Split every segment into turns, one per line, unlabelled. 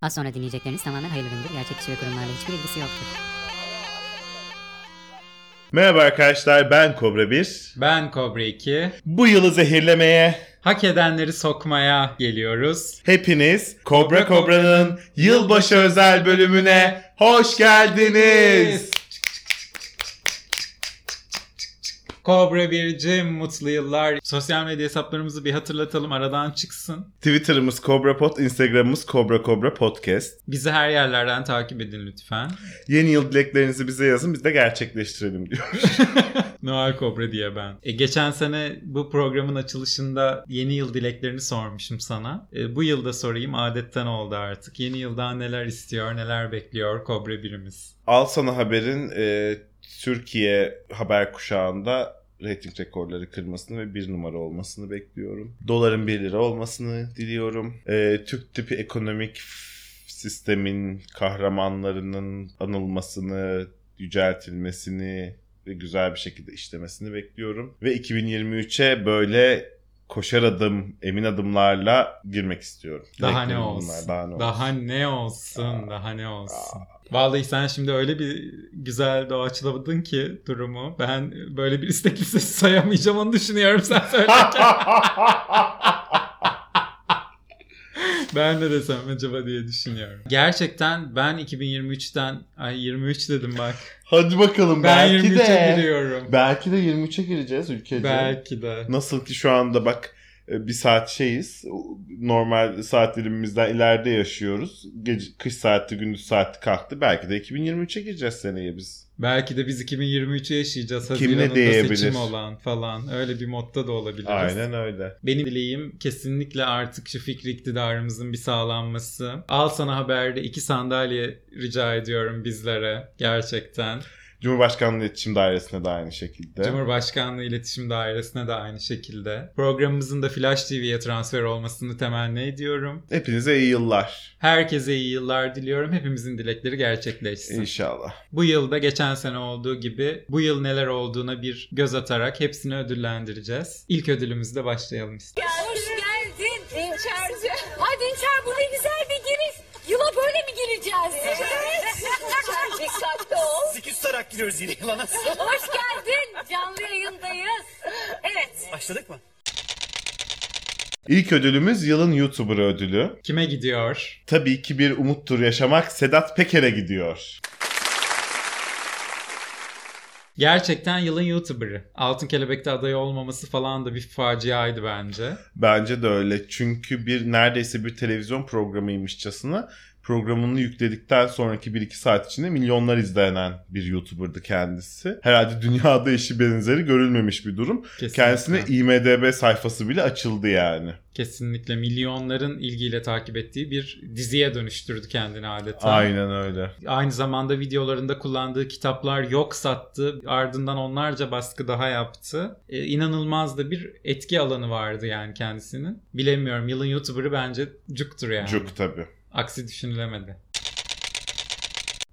Az sonra dinleyecekleriniz tamamen hayırlı üründür. Gerçek kişi ve kurumlarla hiçbir ilgisi yoktur.
Merhaba arkadaşlar ben Kobra 1.
Ben Kobra 2.
Bu yılı zehirlemeye
Hak edenleri sokmaya geliyoruz.
hepiniz Kobra Kobra'nın yılbaşı özel bölümüne hoş geldiniz.
Kobra 1'cim mutlu yıllar. Sosyal medya hesaplarımızı bir hatırlatalım aradan çıksın.
Twitter'ımız Kobra Pod, Instagram'ımız Kobra Kobra Podcast.
Bizi her yerlerden takip edin lütfen.
Yeni yıl dileklerinizi bize yazın biz de gerçekleştirelim diyor.
Noel Kobra diye ben. E, geçen sene bu programın açılışında yeni yıl dileklerini sormuşum sana. E, bu yılda sorayım adetten oldu artık. Yeni yıldan neler istiyor, neler bekliyor Kobra birimiz.
Al sana haberin e, Türkiye haber kuşağında reyting rekorları kırmasını ve bir numara olmasını bekliyorum. Doların 1 lira olmasını diliyorum. E, Türk tipi ekonomik f- sistemin kahramanlarının anılmasını, yüceltilmesini ve güzel bir şekilde işlemesini bekliyorum. Ve 2023'e böyle koşar adım, emin adımlarla girmek istiyorum.
Daha ne
Beklerim
olsun?
bunlar, Daha ne
Daha
olsun?
ne olsun, daha ne olsun. Vallahi sen şimdi öyle bir güzel doğaçladın ki durumu. Ben böyle bir istek listesi sayamayacağım onu düşünüyorum sen söylerken. ben ne desem acaba diye düşünüyorum. Gerçekten ben 2023'ten, ay 23 dedim bak.
Hadi bakalım
Ben
belki
23'e
de.
giriyorum.
Belki de 23'e gireceğiz ülkece.
Belki de.
Nasıl ki şu anda bak e, bir saat şeyiz. Normal saat dilimimizden ileride yaşıyoruz. Gece, kış saati gündüz saati kalktı. Belki de 2023'e gireceğiz seneye biz.
Belki de biz 2023'ü yaşayacağız.
Kim ne
Haziran'ında
diyebilir?
seçim olan falan. Öyle bir modda da olabiliriz.
Aynen öyle.
Benim dileğim kesinlikle artık şu fikri iktidarımızın bir sağlanması. Al sana haberde iki sandalye rica ediyorum bizlere gerçekten.
Cumhurbaşkanlığı İletişim Dairesi'ne de aynı şekilde.
Cumhurbaşkanlığı İletişim Dairesi'ne de aynı şekilde. Programımızın da Flash TV'ye transfer olmasını temenni ediyorum.
Hepinize iyi yıllar.
Herkese iyi yıllar diliyorum. Hepimizin dilekleri gerçekleşsin.
İnşallah.
Bu yılda geçen sene olduğu gibi bu yıl neler olduğuna bir göz atarak hepsini ödüllendireceğiz. İlk ödülümüzle başlayalım istedim.
Hoş geldin Dinçerci. Ay Dinçer bu ne güzel bir giriş. Yıla böyle mi gireceğiz? Evet. Dikkatli ol.
Sekiz sarak giriyoruz yine yılana.
Hoş geldin. Canlı yayındayız. Evet.
Başladık mı?
İlk ödülümüz yılın YouTuber ödülü.
Kime gidiyor?
Tabii ki bir umuttur yaşamak Sedat Peker'e gidiyor.
Gerçekten yılın YouTuber'ı. Altın Kelebek'te aday olmaması falan da bir faciaydı bence.
Bence de öyle. Çünkü bir neredeyse bir televizyon programıymışçasına programını yükledikten sonraki 1-2 saat içinde milyonlar izlenen bir YouTuber'dı kendisi. Herhalde dünyada eşi benzeri görülmemiş bir durum.
Kesinlikle.
Kendisine IMDB sayfası bile açıldı yani.
Kesinlikle milyonların ilgiyle takip ettiği bir diziye dönüştürdü kendini adeta.
Aynen öyle.
Aynı zamanda videolarında kullandığı kitaplar yok sattı. Ardından onlarca baskı daha yaptı. E, inanılmaz da bir etki alanı vardı yani kendisinin. Bilemiyorum yılın YouTuber'ı bence cuktur yani.
Cuk tabii.
Aksi düşünülemedi.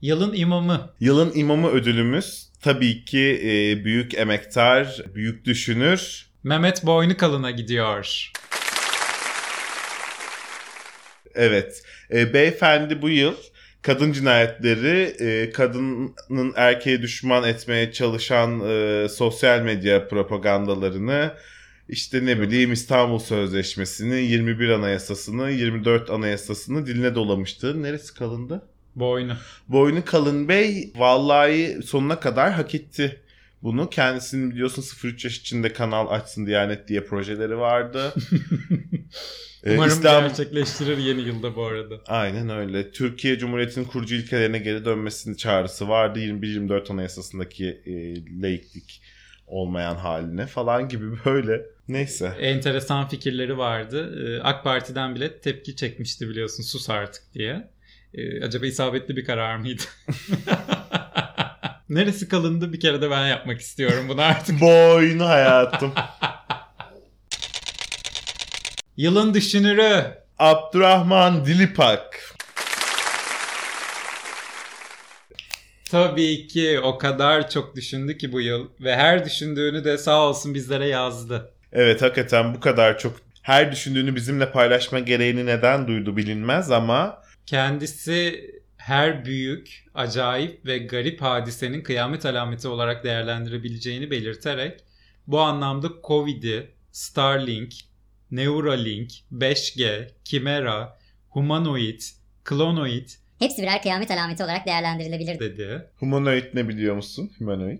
Yılın imamı.
Yılın imamı ödülümüz tabii ki e, büyük emektar, büyük düşünür.
Mehmet Boynukalı'na gidiyor.
Evet. E, beyefendi bu yıl kadın cinayetleri, e, kadının erkeğe düşman etmeye çalışan e, sosyal medya propagandalarını, işte ne bileyim İstanbul Sözleşmesi'ni, 21 Anayasası'nı, 24 Anayasası'nı diline dolamıştı. Neresi kalındı?
Boynu.
Boynu kalın bey vallahi sonuna kadar hak etti. Bunu kendisinin biliyorsun 03 yaş içinde kanal açsın Diyanet diye projeleri vardı. Ee,
Umarım
İstanbul-
gerçekleştirir yeni yılda bu arada.
Aynen öyle. Türkiye Cumhuriyeti'nin kurucu ilkelerine geri dönmesini çağrısı vardı. 21-24 Anayasası'ndaki e, laiklik olmayan haline falan gibi böyle. Neyse.
Enteresan fikirleri vardı. Ee, AK Parti'den bile tepki çekmişti biliyorsun sus artık diye. Ee, acaba isabetli bir karar mıydı? Neresi kalındı bir kere de ben yapmak istiyorum bunu artık.
Boynu hayatım.
Yılın düşünürü.
Abdurrahman Dilipak.
Tabii ki o kadar çok düşündü ki bu yıl ve her düşündüğünü de sağ olsun bizlere yazdı.
Evet hakikaten bu kadar çok her düşündüğünü bizimle paylaşma gereğini neden duydu bilinmez ama
Kendisi her büyük, acayip ve garip hadisenin kıyamet alameti olarak değerlendirebileceğini belirterek bu anlamda Covid'i, Starlink, Neuralink, 5G, Chimera, Humanoid, Clonoid
Hepsi birer kıyamet alameti olarak değerlendirilebilir
dedi.
Humanoid ne biliyor musun? Humanoid.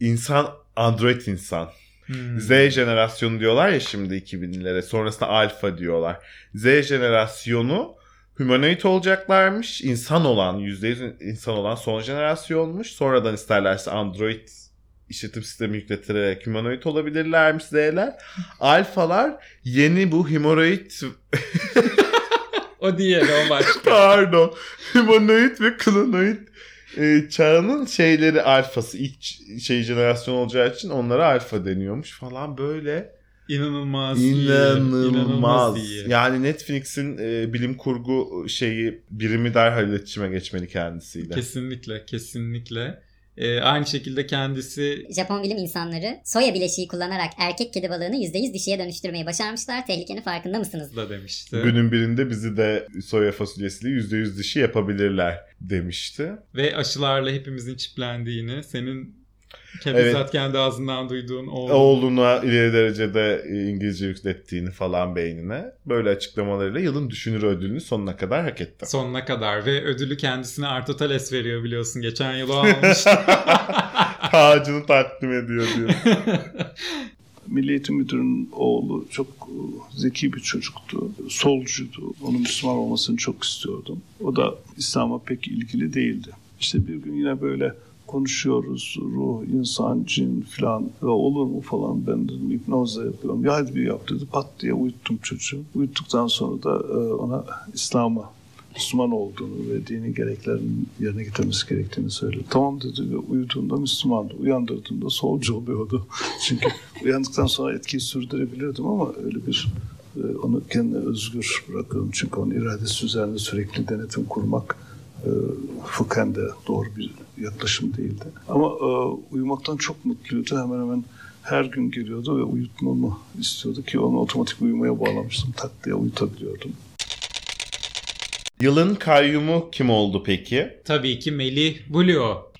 İnsan, android insan.
Hmm.
Z jenerasyonu diyorlar ya şimdi 2000'lere. Sonrasında alfa diyorlar. Z jenerasyonu humanoid olacaklarmış. İnsan olan, %100 insan olan son jenerasyonmuş. Sonradan isterlerse android işletim sistemi yükleterek humanoid olabilirlermiş Z'ler. Alfalar yeni bu humanoid
O diğeri o başka.
Pardon. Humanoid ve klonoid e, çağının şeyleri alfası. ilk ç- şey jenerasyon olacağı için onlara alfa deniyormuş falan böyle.
İnanılmaz. iyi,
İnanılmaz.
inanılmaz iyi.
Yani Netflix'in e, bilim kurgu şeyi birimi derhal iletişime geçmeli kendisiyle.
Kesinlikle, kesinlikle. Ee, aynı şekilde kendisi
Japon bilim insanları soya bileşiği kullanarak erkek kedi balığını %100 dişiye dönüştürmeyi başarmışlar. Tehlikenin farkında mısınız?
da demişti.
Günün birinde bizi de soya fasulyesiyle %100 dişi yapabilirler demişti.
Ve aşılarla hepimizin çiplendiğini, senin
Evet.
bizzat kendi ağzından duyduğun o...
Oğluna ileri derecede e, İngilizce yüklettiğini falan beynine. Böyle açıklamalarıyla yılın düşünür ödülünü sonuna kadar hak etti.
Sonuna kadar ve ödülü kendisine Arto Tales veriyor biliyorsun. Geçen yıl o almıştı.
Tacını takdim ediyor diyor.
Milli Eğitim Müdürü'nün oğlu çok e, zeki bir çocuktu. Solcuydu. Onun Müslüman olmasını çok istiyordum. O da İslam'a pek ilgili değildi. İşte bir gün yine böyle konuşuyoruz. Ruh, insan, cin filan. Ya olur mu falan ben dedim hipnozla yapıyorum. Ya hadi bir yap dedi. Pat diye uyuttum çocuğu. Uyuttuktan sonra da e, ona İslam'a Müslüman olduğunu ve dini gereklerin yerine getirmesi gerektiğini söyledi. Tamam dedi ve uyuduğunda Müslümandı. Uyandırdığımda solcu oluyordu. Çünkü uyandıktan sonra etkiyi sürdürebilirdim ama öyle bir e, onu kendine özgür bırakıyorum. Çünkü onun iradesi üzerinde sürekli denetim kurmak e, fıkhen de doğru bir yaklaşım değildi. Ama e, uyumaktan çok mutluydu. Hemen hemen her gün geliyordu ve uyutmamı istiyordu ki onu otomatik uyumaya bağlamıştım. Tak diye uyutabiliyordum.
Yılın kayyumu kim oldu peki?
Tabii ki Melih Buluo.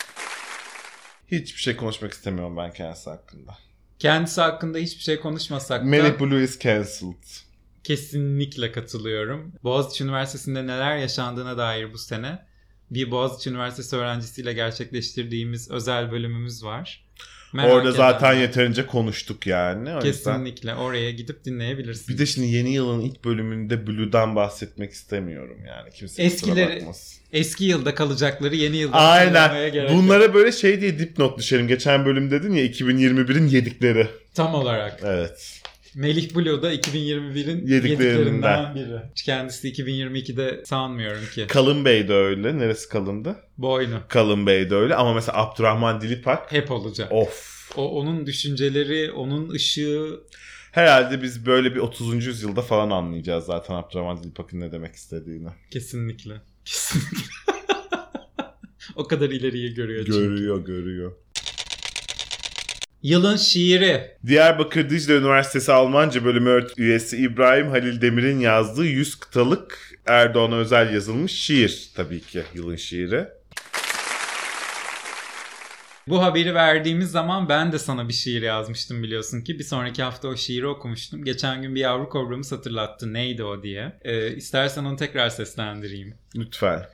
Hiçbir şey konuşmak istemiyorum ben kendisi hakkında.
Kendisi hakkında hiçbir şey konuşmasak da...
Melih Blue is cancelled.
Kesinlikle katılıyorum. Boğaziçi Üniversitesi'nde neler yaşandığına dair bu sene bir Boğaziçi Üniversitesi öğrencisiyle gerçekleştirdiğimiz özel bölümümüz var. Merak
Orada zaten
edenler
yeterince konuştuk yani. O yüzden.
Kesinlikle oraya gidip dinleyebilirsiniz.
Bir de şimdi yeni yılın ilk bölümünde Blue'dan bahsetmek istemiyorum yani. Kimse Eskileri...
Eskileri-
kusura bakmasın.
eski yılda kalacakları yeni yılda hatırlamaya
Aynen.
gerek yok.
Bunlara böyle şey diye dipnot düşelim. Geçen bölüm dedin ya 2021'in yedikleri.
tam olarak
Evet.
Melih Bulu da 2021'in
Yediklerinden.
yediklerinden biri. Kendisi 2022'de sanmıyorum ki.
Kalın Bey de öyle. Neresi kalındı?
Boynu
Kalın Bey de öyle ama mesela Abdurrahman Dilipak
hep olacak.
of.
O onun düşünceleri, onun ışığı
Herhalde biz böyle bir 30. yüzyılda falan anlayacağız zaten Abdurrahman Dilpak'ın ne demek istediğini.
Kesinlikle. Kesinlikle. o kadar ileriye görüyor çünkü.
Görüyor, görüyor.
Yılın şiiri.
Diyarbakır Dicle Üniversitesi Almanca bölümü ört- üyesi İbrahim Halil Demir'in yazdığı 100 kıtalık Erdoğan'a özel yazılmış şiir tabii ki yılın şiiri.
Bu haberi verdiğimiz zaman ben de sana bir şiir yazmıştım biliyorsun ki. Bir sonraki hafta o şiiri okumuştum. Geçen gün bir yavru kobramız hatırlattı neydi o diye. Ee, istersen onu tekrar seslendireyim.
Lütfen.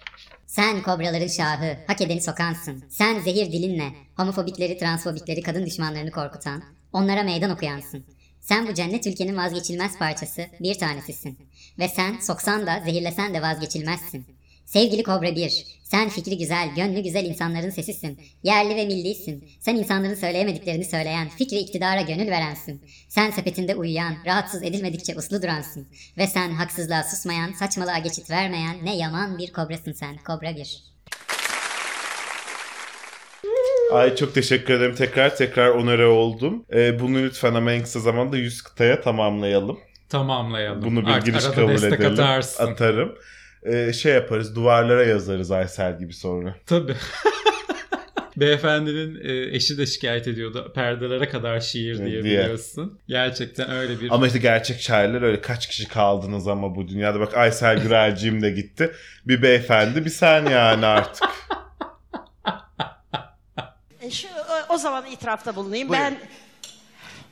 Sen kobraların şahı, hak edeni sokansın. Sen zehir dilinle, homofobikleri, transfobikleri, kadın düşmanlarını korkutan, onlara meydan okuyansın. Sen bu cennet ülkenin vazgeçilmez parçası, bir tanesisin. Ve sen soksan da, zehirlesen de vazgeçilmezsin. Sevgili Kobra 1, sen fikri güzel, gönlü güzel insanların sesisin. Yerli ve millisin. Sen insanların söyleyemediklerini söyleyen, fikri iktidara gönül verensin. Sen sepetinde uyuyan, rahatsız edilmedikçe uslu duransın. Ve sen haksızlığa susmayan, saçmalığa geçit vermeyen ne yaman bir kobrasın sen, Kobra 1.
Ay çok teşekkür ederim. Tekrar tekrar onore oldum. Ee, bunu lütfen ama en kısa zamanda 100 kıtaya tamamlayalım.
Tamamlayalım.
Bunu bir
Art-
giriş
arada
kabul
destek
edelim.
atarsın.
Atarım. Ee, şey yaparız duvarlara yazarız Aysel gibi sonra.
Tabii. Beyefendinin e, eşi de şikayet ediyordu. Perdelere kadar şiir diye
E, Diye.
biliyorsun. Gerçekten öyle bir...
Ama işte gerçek şairler öyle kaç kişi kaldınız ama bu dünyada. Bak Aysel Gürelciğim de gitti. Bir beyefendi bir sen yani artık.
E, Şu, o- o zaman itirafta bulunayım.
Buyurun.
Ben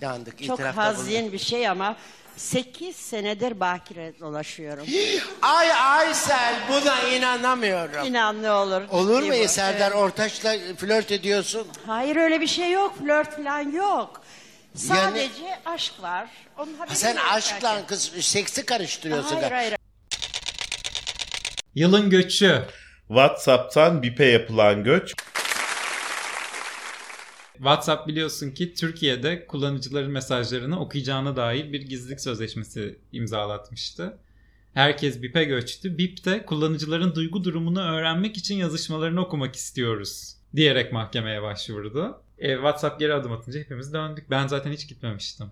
Yandık.
çok
itirafta
hazin
bulunduk.
bir şey ama 8 senedir bakire dolaşıyorum.
Ay Aysel buna inanamıyorum.
İnan ne olur.
Olur
ciddi
mu
bu.
Serdar
Evet.
Ortaç'la flört ediyorsun?
Hayır öyle bir şey yok. Flört falan yok. Sadece aşk var. Onun haberi
Sen
yok
aşkla
zaten.
kız seksi karıştırıyorsun.
Hayır
da.
hayır.
Yılın göçü.
Whatsapp'tan BIP'e yapılan göç.
WhatsApp biliyorsun ki Türkiye'de kullanıcıların mesajlarını okuyacağına dair bir gizlilik sözleşmesi imzalatmıştı. Herkes BIP'e göçtü. BIP de kullanıcıların duygu durumunu öğrenmek için yazışmalarını okumak istiyoruz diyerek mahkemeye başvurdu. E, WhatsApp geri adım atınca hepimiz döndük. Ben zaten hiç gitmemiştim.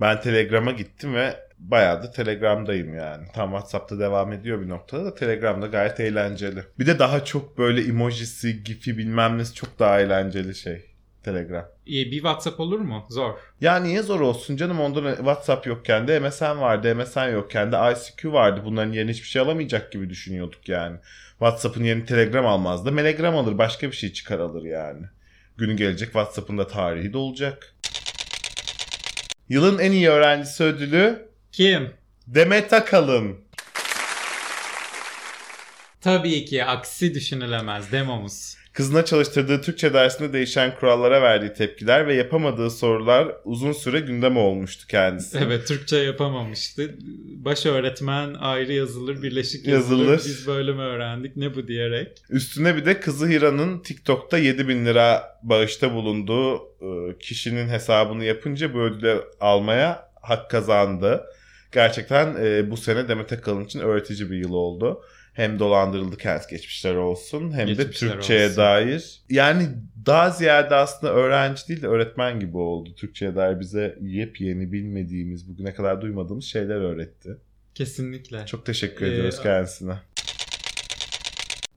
Ben Telegram'a gittim ve bayağı da Telegram'dayım yani. Tam WhatsApp'ta devam ediyor bir noktada da Telegram'da gayet eğlenceli. Bir de daha çok böyle emojisi, gifi bilmem nesi çok daha eğlenceli şey Telegram.
E, bir WhatsApp olur mu? Zor.
Ya niye zor olsun canım ondan WhatsApp yokken de MSN vardı, MSN yokken de ICQ vardı. Bunların yerine hiçbir şey alamayacak gibi düşünüyorduk yani. WhatsApp'ın yerini Telegram almaz da Melegram alır, başka bir şey çıkar alır yani. Günü gelecek WhatsApp'ın da tarihi de olacak. Yılın en iyi öğrencisi ödülü
Kim?
Demet Akalın.
Tabii ki aksi düşünülemez demomuz.
Kızına çalıştırdığı Türkçe dersinde değişen kurallara verdiği tepkiler ve yapamadığı sorular uzun süre gündem olmuştu kendisi.
Evet Türkçe yapamamıştı. Baş öğretmen ayrı yazılır, birleşik yazılır.
Yazılır.
Biz böyle mi öğrendik ne bu diyerek.
Üstüne bir de kızı Hira'nın TikTok'ta 7000 bin lira bağışta bulunduğu e, kişinin hesabını yapınca bu ödülü almaya hak kazandı. Gerçekten e, bu sene Demet Akalın için öğretici bir yıl oldu. Hem dolandırıldı kendisi geçmişler olsun hem
Geçmişler
de Türkçe'ye
olsun.
dair. Yani daha ziyade aslında öğrenci değil de öğretmen gibi oldu. Türkçe'ye dair bize yepyeni bilmediğimiz, bugüne kadar duymadığımız şeyler öğretti.
Kesinlikle.
Çok teşekkür
Ee,
ediyoruz kendisine.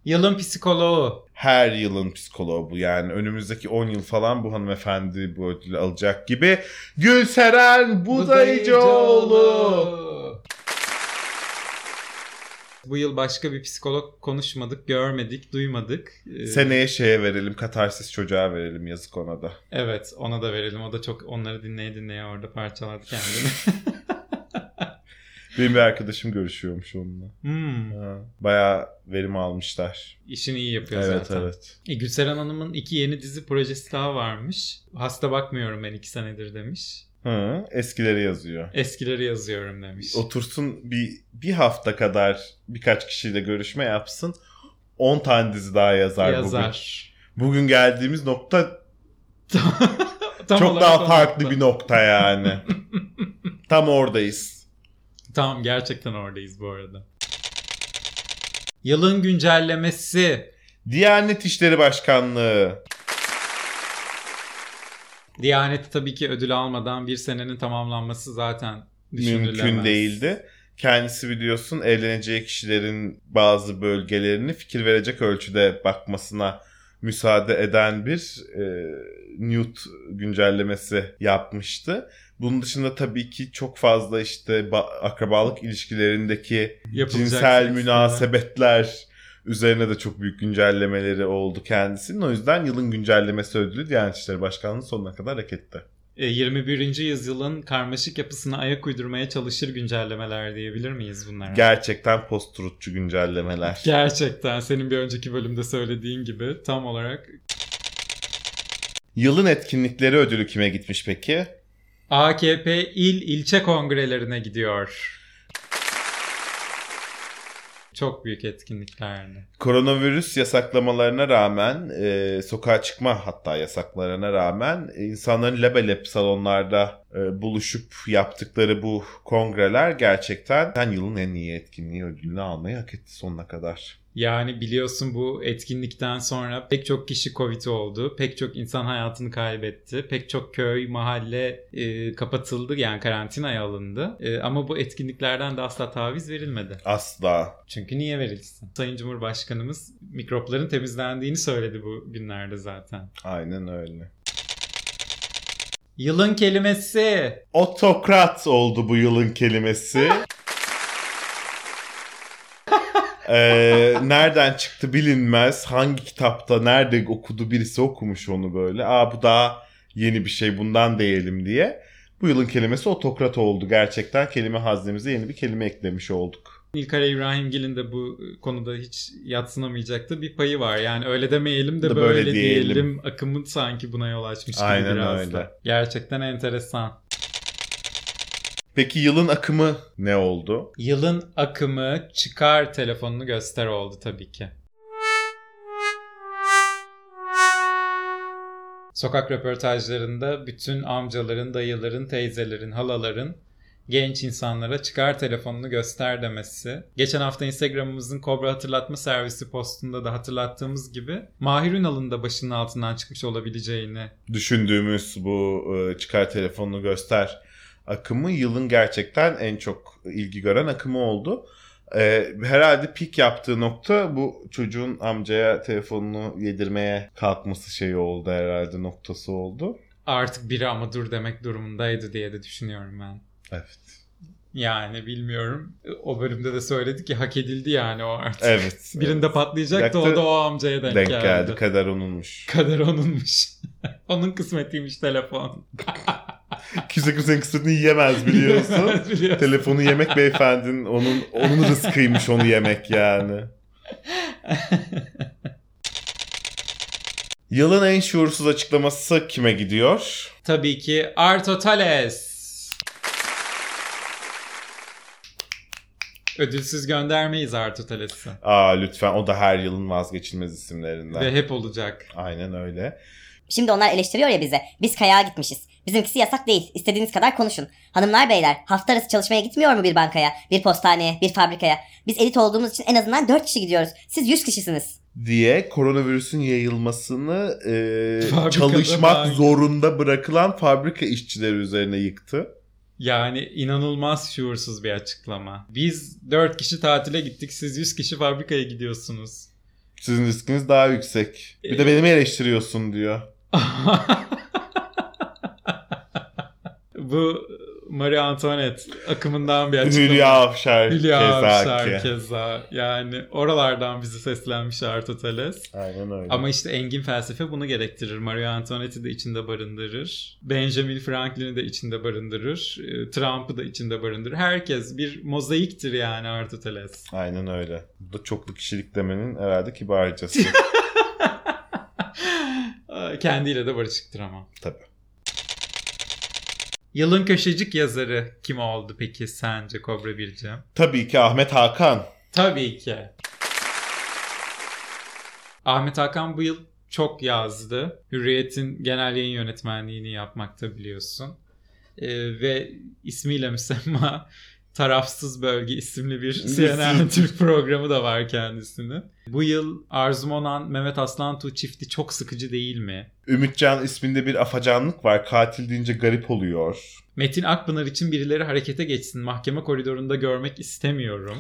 Yılın psikoloğu.
her yılın psikoloğu bu yani. Önümüzdeki 10 yıl falan bu hanımefendi bu ödülü alacak gibi. Gülseren Budayıcıoğlu.
Bu yıl başka bir psikolog konuşmadık, görmedik, duymadık. Ee,
Seneye şeye verelim, katarsis çocuğa verelim yazık ona da.
Evet ona da verelim. O da çok onları dinleye dinleye orada parçaladı kendini.
Benim bir arkadaşım görüşüyormuş onunla.
hmm,
Ha, Bayağı verim almışlar.
işini iyi yapıyor
Evet
zaten.
evet.
E, Gülseren Hanım'ın iki yeni dizi projesi daha varmış. Hasta bakmıyorum ben iki senedir demiş.
Hı, eskileri yazıyor.
Eskileri yazıyorum demiş.
Otursun bir, bir hafta kadar birkaç kişiyle görüşme yapsın. 10 tane dizi daha yazar,
Yazar.
bugün. Bugün geldiğimiz nokta
Tam
Çok
olarak
daha
o
farklı
nokta.
bir nokta yani. Tam oradayız.
Tamam gerçekten oradayız bu arada. Yılın güncellemesi.
Diyanet İşleri Başkanlığı.
Diyanet tabii ki ödül almadan bir senenin tamamlanması zaten düşünülemez.
Mümkün değildi. Kendisi biliyorsun evleneceği kişilerin bazı bölgelerini fikir verecek ölçüde bakmasına müsaade eden bir e, nude güncellemesi yapmıştı. Bunun dışında tabii ki çok fazla işte ba- akrabalık ilişkilerindeki
Yapılacak şey
cinsel
seksler.
münasebetler üzerine de çok büyük güncellemeleri oldu kendisinin. O yüzden yılın güncellemesi ödülü Diyanet İşleri Başkanlığı sonuna kadar hak etti.
E, 21. yüzyılın karmaşık yapısına ayak uydurmaya çalışır güncellemeler diyebilir miyiz bunlara?
Gerçekten post-truthçu güncellemeler.
Gerçekten senin bir önceki bölümde söylediğin gibi tam olarak
yılın etkinlikleri ödülü kime gitmiş peki?
AKP il ilçe kongrelerine gidiyor. Çok büyük etkinliklerdi.
Koronavirüs yasaklamalarına rağmen, e, sokağa çıkma hatta yasaklarına rağmen e, insanların labelep salonlarda e, buluşup yaptıkları bu kongreler gerçekten sen yılın en iyi etkinliği ödülünü almayı hak etti sonuna kadar.
Yani biliyorsun bu etkinlikten sonra pek çok kişi Covid oldu. Pek çok insan hayatını kaybetti. Pek çok köy, mahalle e, kapatıldı yani karantinaya alındı. E, ama bu etkinliklerden de asla taviz verilmedi.
Asla
Çünkü niye verilsin? Sayın Cumhurbaşkanımız mikropların temizlendiğini söyledi bu günlerde zaten.
aynen öyle.
Yılın kelimesi.
Otokrat oldu bu yılın kelimesi. Ee, nereden çıktı bilinmez. Hangi kitapta nerede okudu birisi okumuş onu böyle. Aa bu daha yeni bir şey bundan diyelim diye. Bu yılın kelimesi otokrat oldu. Gerçekten kelime haznemize yeni bir kelime eklemiş olduk.
İlkar İbrahimgil'in de bu e, konuda hiç yatsınamayacaktı bir payı var. Yani öyle demeyelim de,
De
böyle,
böyle
diyelim.
diyelim.
akımı sanki buna yol açmış gibi
Aynen
biraz
öyle.
da. Gerçekten enteresan.
Peki yılın akımı ne oldu?
Yılın akımı çıkar telefonunu göster oldu tabii ki. Sokak röportajlarında bütün amcaların, dayıların, teyzelerin, halaların genç insanlara çıkar telefonunu göster demesi. Geçen hafta Instagram'ımızın Kobra hatırlatma servisi postunda da hatırlattığımız gibi Mahir Ünal'ın da başının altından çıkmış olabileceğini
düşündüğümüz bu e, çıkar telefonunu göster akımı yılın gerçekten en çok ilgi gören akımı oldu. E, herhalde pik yaptığı nokta bu çocuğun amcaya telefonunu yedirmeye kalkması şeyi oldu herhalde noktası oldu.
artık biri ama dur demek durumundaydı diye de düşünüyorum ben.
Evet.
Yani bilmiyorum. O bölümde de söyledik ki hak edildi yani o artık.
Evet.
Birinde patlayacaktı o
Yaktı.
da o amcaya denk,
denk
geldi.
geldi. Kader onunmuş.
Kader onunmuş. Onun kısmetiymiş telefon.
Kimse kimsenin kısmetini yiyemez biliyorsun.
Biliyorsun.
Telefonu yemek beyefendinin onun onun rızkıymış onu yemek yani. Yılın en şuursuz açıklaması kime gidiyor?
Tabii ki Artotales. Ödülsüz göndermeyiz Artotales'i.
Aa lütfen o da her yılın vazgeçilmez isimlerinden.
Ve hep olacak.
Aynen öyle.
Şimdi onlar eleştiriyor ya bize. Biz kayağa gitmişiz. Bizimkisi yasak değil. İstediğiniz kadar konuşun. Hanımlar beyler hafta arası çalışmaya gitmiyor mu bir bankaya, bir postaneye, bir fabrikaya? Biz elit olduğumuz için en azından 4 kişi gidiyoruz. Siz 100 kişisiniz.
Diye koronavirüsün yayılmasını e,
Fabrikada
çalışmak
bank-
zorunda bırakılan fabrika işçileri üzerine yıktı.
Yani inanılmaz şuursuz bir açıklama. Biz 4 kişi tatile gittik. Siz 100 kişi fabrikaya gidiyorsunuz.
Sizin riskiniz daha yüksek. Bir
E,
de beni mi eleştiriyorsun diyor.
Bu Marie Antoinette akımından bir açıklama.
Hülya Avşar.
Hülya
Keza
Avşar
ki.
keza. Yani oralardan bizi seslenmiş Artotales.
Aynen öyle.
Ama işte engin felsefe bunu gerektirir. Marie Antoinette'i de içinde barındırır. Benjamin Franklin'i de içinde barındırır. e, Trump'ı da içinde barındırır. Herkes bir mozaiktir yani Artotales.
Aynen öyle. Bu da çoklu kişilik demenin herhalde kibarcası.
Aa, Ee, Kendiyle de barışıktır ama.
Tabii.
Yılın köşecik yazarı kim oldu peki sence Kobra Bircim?
Tabii ki Ahmet Hakan.
Tabii ki. Ahmet Hakan bu yıl çok yazdı. Hürriyet'in genel yayın yönetmenliğini yapmakta biliyorsun. Ee, ve ismiyle müsemma Tarafsız Bölge isimli bir CNN Türk programı da var kendisinin. Bu yıl Arzum Onan, Mehmet Aslantuğ çifti çok sıkıcı değil mi?
Ümitcan isminde bir afacanlık var. Katil deyince garip oluyor.
Metin Akpınar için birileri harekete geçsin. Mahkeme koridorunda görmek istemiyorum.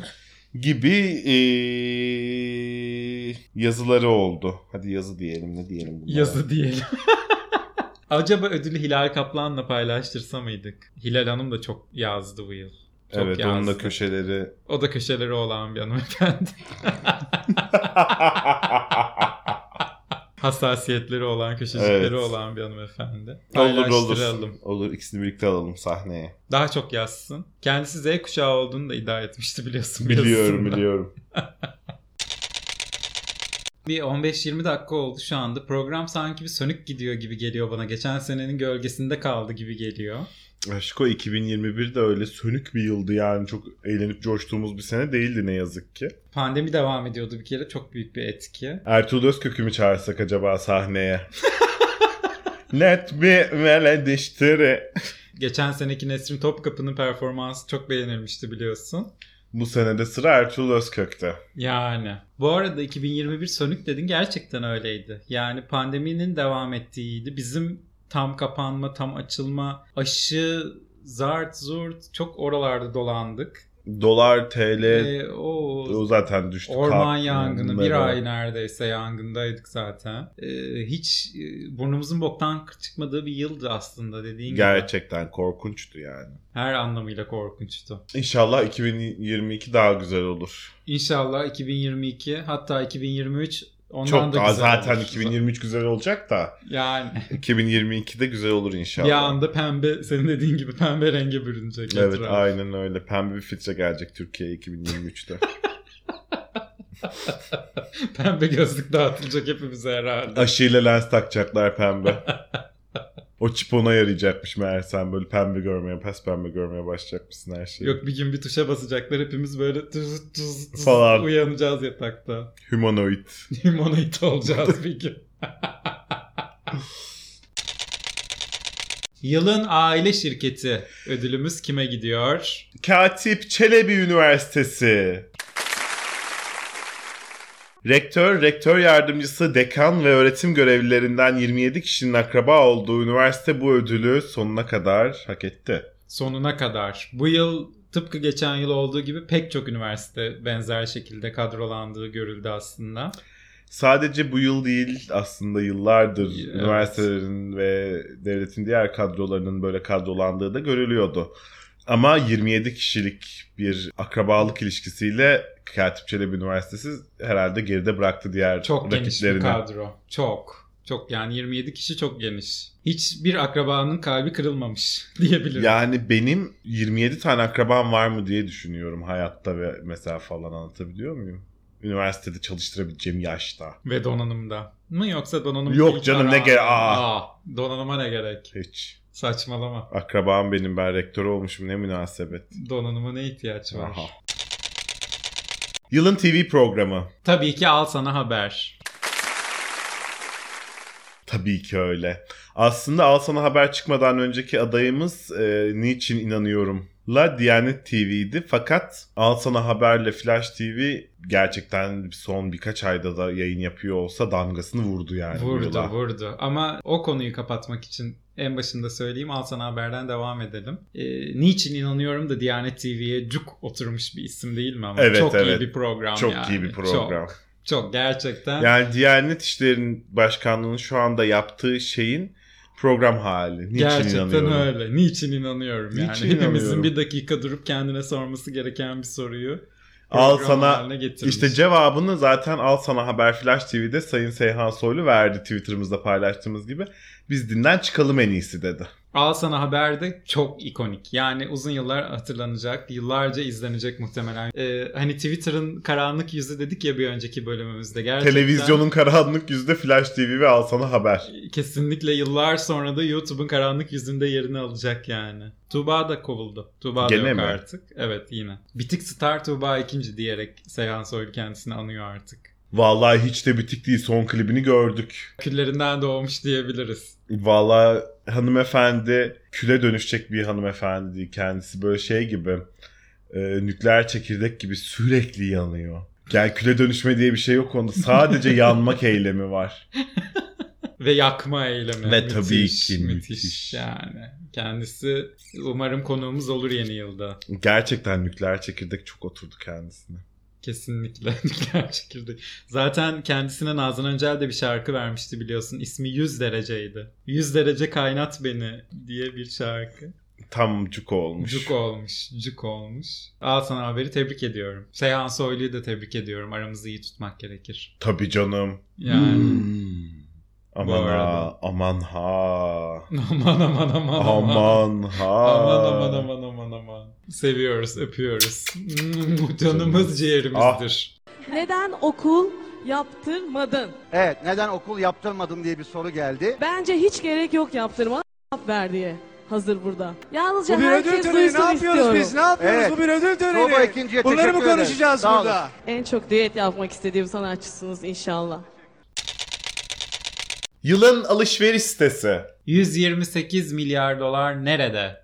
Gibi eee, yazıları oldu. Hadi yazı diyelim ne diyelim bunlara.
Yazı diyelim. Acaba ödülü Hilal Kaplan'la paylaştırsa mıydık? Hilal Hanım da çok yazdı bu yıl. Çok
evet onun
yazdı.
da köşeleri.
O da köşeleri olan bir hanımefendi. Hassasiyetleri olan, köşecikleri
Evet.
olan bir hanımefendi.
olur olur.
Paylaştıralım.
Olur ikisini birlikte alalım sahneye.
Daha çok yazsın. Kendisi Z kuşağı olduğunu da iddia etmişti biliyorsun.
Biliyorum
yazısında.
biliyorum.
Bir 15-20 dakika oldu şu anda. Program sanki bir sönük gidiyor gibi geliyor bana. Geçen senenin gölgesinde kaldı gibi geliyor.
Aşko 2021 de öyle sönük bir yıldı yani çok eğlenip coştuğumuz bir sene değildi ne yazık ki.
Pandemi devam ediyordu bir kere. Çok büyük bir etki.
Ertuğrul Özkök'ü mü çağırsak acaba sahneye? Let me melodistiri.
Geçen seneki Nesrin Topkapı'nın performansı çok beğenilmişti biliyorsun.
Bu sene de sıra Ertuğrul Özkök'te.
Yani. Bu arada 2021 sönük dedin gerçekten öyleydi. Yani pandeminin devam ettiğiydi. Bizim tam kapanma, tam açılma, aşı, zart, zurt çok oralarda dolandık.
Dolar, TL
Ee, o
o zaten düştü.
orman
kalktı.
yangını bir
Merhaba.
ay neredeyse yangındaydık zaten. Ee, hiç e, burnumuzun boktan çıkmadığı bir yıldı aslında dediğin gibi.
Gerçekten korkunçtu yani.
Her anlamıyla korkunçtu.
İnşallah 2022 daha güzel olur.
İnşallah 2022 hatta 2023 ondan
Çok
da
daha
güzel
zaten
olur.
2023 güzel olacak da
yani
2022 de güzel olur inşallah.
bir anda pembe senin dediğin gibi pembe renge bürünecek
Evet
etraf.
aynen öyle. Pembe bir filtre gelecek Türkiye'ye 2023'te.
pembe gözlük dağıtılacak hepimize herhalde.
Aşıyla lens takacaklar pembe. O çip ona yarayacakmış meğer sen böyle pembe görmeye, pes pembe görmeye başlayacakmışsın her şeyi.
Yok bir gün bir tuşa basacaklar hepimiz böyle tuz tuz tuz
Falan.
uyanacağız yatakta.
Humanoid.
Limonate olacağız bir gün. Yılın aile şirketi ödülümüz kime gidiyor?
Katip Çelebi Üniversitesi. Rektör, rektör yardımcısı, dekan ve öğretim görevlilerinden 27 kişinin akraba olduğu üniversite bu ödülü sonuna kadar hak etti.
sonuna kadar. Bu yıl tıpkı geçen yıl olduğu gibi pek çok üniversite benzer şekilde kadrolandığı görüldü aslında.
Sadece bu yıl değil aslında yıllardır
Evet.
üniversitelerin ve devletin diğer kadrolarının böyle kadrolandığı da görülüyordu. Ama 27 kişilik bir akrabalık ilişkisiyle Katip Çelebi Üniversitesi herhalde geride bıraktı diğer
Çok geniş bir
rakiplerini.
kadro. Çok. Çok yani 27 kişi çok geniş. Hiçbir akrabanın kalbi kırılmamış diyebilirim.
Yani benim 27 tane akrabam var mı diye düşünüyorum hayatta ve mesela falan anlatabiliyor muyum? Üniversitede çalıştırabileceğim yaşta.
Ve donanımda. Mı yoksa donanım
Yok
değil,
canım, ne
para-
gere- Aa.
Aa, donanıma ne gerek?
Hiç.
Saçmalama.
Akrabam benim ben rektör olmuşum ne münasebet.
Donanıma ne ihtiyaç var?
Aha. Yılın TV programı.
Tabii ki al sana haber.
Tabii ki öyle. Aslında Al Sana Haber çıkmadan önceki adayımız e, Niçin İnanıyorum la Diyanet TV'ydi. Fakat Al Sana Haber'le Flash TV gerçekten son birkaç ayda da yayın yapıyor olsa damgasını vurdu yani. bu
vurdu
yıla.
vurdu. Ama o konuyu kapatmak için en başında söyleyeyim. Al sana haberden devam edelim. Ee, niçin inanıyorum da Diyanet TV'ye cuk oturmuş bir isim değil mi ama?
Evet,
çok
evet.
iyi bir program
Çok
yani.
iyi bir program.
Çok, çok gerçekten.
Yani Diyanet İşleri'nin başkanlığının şu anda yaptığı şeyin program hali. Niçin
Gerçekten
inanıyorum?
öyle. Niçin inanıyorum yani.
Niçin
Hepimizin
inanıyorum?
bir dakika durup kendine sorması gereken bir soruyu
Al
program
sana-
haline getirmiş.
İşte cevabını zaten Al Sana Haber Flash TV'de Sayın Seyhan Soylu verdi Twitter'ımızda paylaştığımız gibi. Biz dinden çıkalım en iyisi dedi.
Al Sana Haber de çok ikonik. Yani uzun yıllar hatırlanacak, yıllarca izlenecek muhtemelen. Ee, hani Twitter'ın karanlık yüzü dedik ya bir önceki bölümümüzde. Gerçekten
Televizyonun karanlık yüzde Flash TV ve Al Sana Haber.
kesinlikle yıllar sonra da YouTube'un karanlık yüzünde yerini alacak yani. Tuğba da kovuldu. Tuğba da
Gene
yok
mi?
artık. Evet yine. Bitik Star Tuğba ikinci diyerek Seyhan Soylu kendisini anıyor artık.
Vallahi hiç de bitik değil son klibini gördük.
Küllerinden doğmuş diyebiliriz.
Vallahi hanımefendi küle dönüşecek bir hanımefendi değil. Kendisi böyle şey gibi e, nükleer çekirdek gibi sürekli yanıyor. Yani küle dönüşme diye bir şey yok onda. Sadece yanmak eylemi var.
Ve yakma eylemi.
Ve tabii
Müthiş,
ki
müthiş.
müthiş.
yani. Kendisi umarım konuğumuz olur yeni yılda.
Gerçekten nükleer çekirdek çok oturdu kendisine.
Kesinlikle nükleer çekirdek. Zaten kendisine Nazan Öncel de bir şarkı vermişti biliyorsun. İsmi 100 dereceydi. 100 derece kaynat beni diye bir şarkı.
Tam cuko olmuş.
Cuk olmuş, cuk olmuş. Al sana haberi tebrik ediyorum. Seyhan Soylu'yu da tebrik ediyorum. Aramızı iyi tutmak gerekir.
Tabii canım.
Yani Hmm. Bu
Aman ha,
arada.
aman ha.
aman aman aman aman.
Aman ha.
Aman aman aman aman aman. Seviyoruz, öpüyoruz. Mm, Canımız Ah. ciğerimizdir.
Neden okul yaptırmadın?
Evet, neden okul yaptırmadım diye bir soru geldi.
Bence hiç gerek yok yaptırma. Cevap ver diye. Hazır burada. Yalnızca
Bu bir ödül
herkes
töreni. Ne
duysun
yapıyoruz
istiyorum.
biz? Ne yapıyoruz?
Evet.
Bu bir ödül töreni.
Robo ikinciye
Bunları mı
teşekkür ederiz.
konuşacağız
Sağ olun.
burada?
En çok düet yapmak istediğim sanatçısınız inşallah.
Yılın alışveriş sitesi.
128 milyar dolar nerede?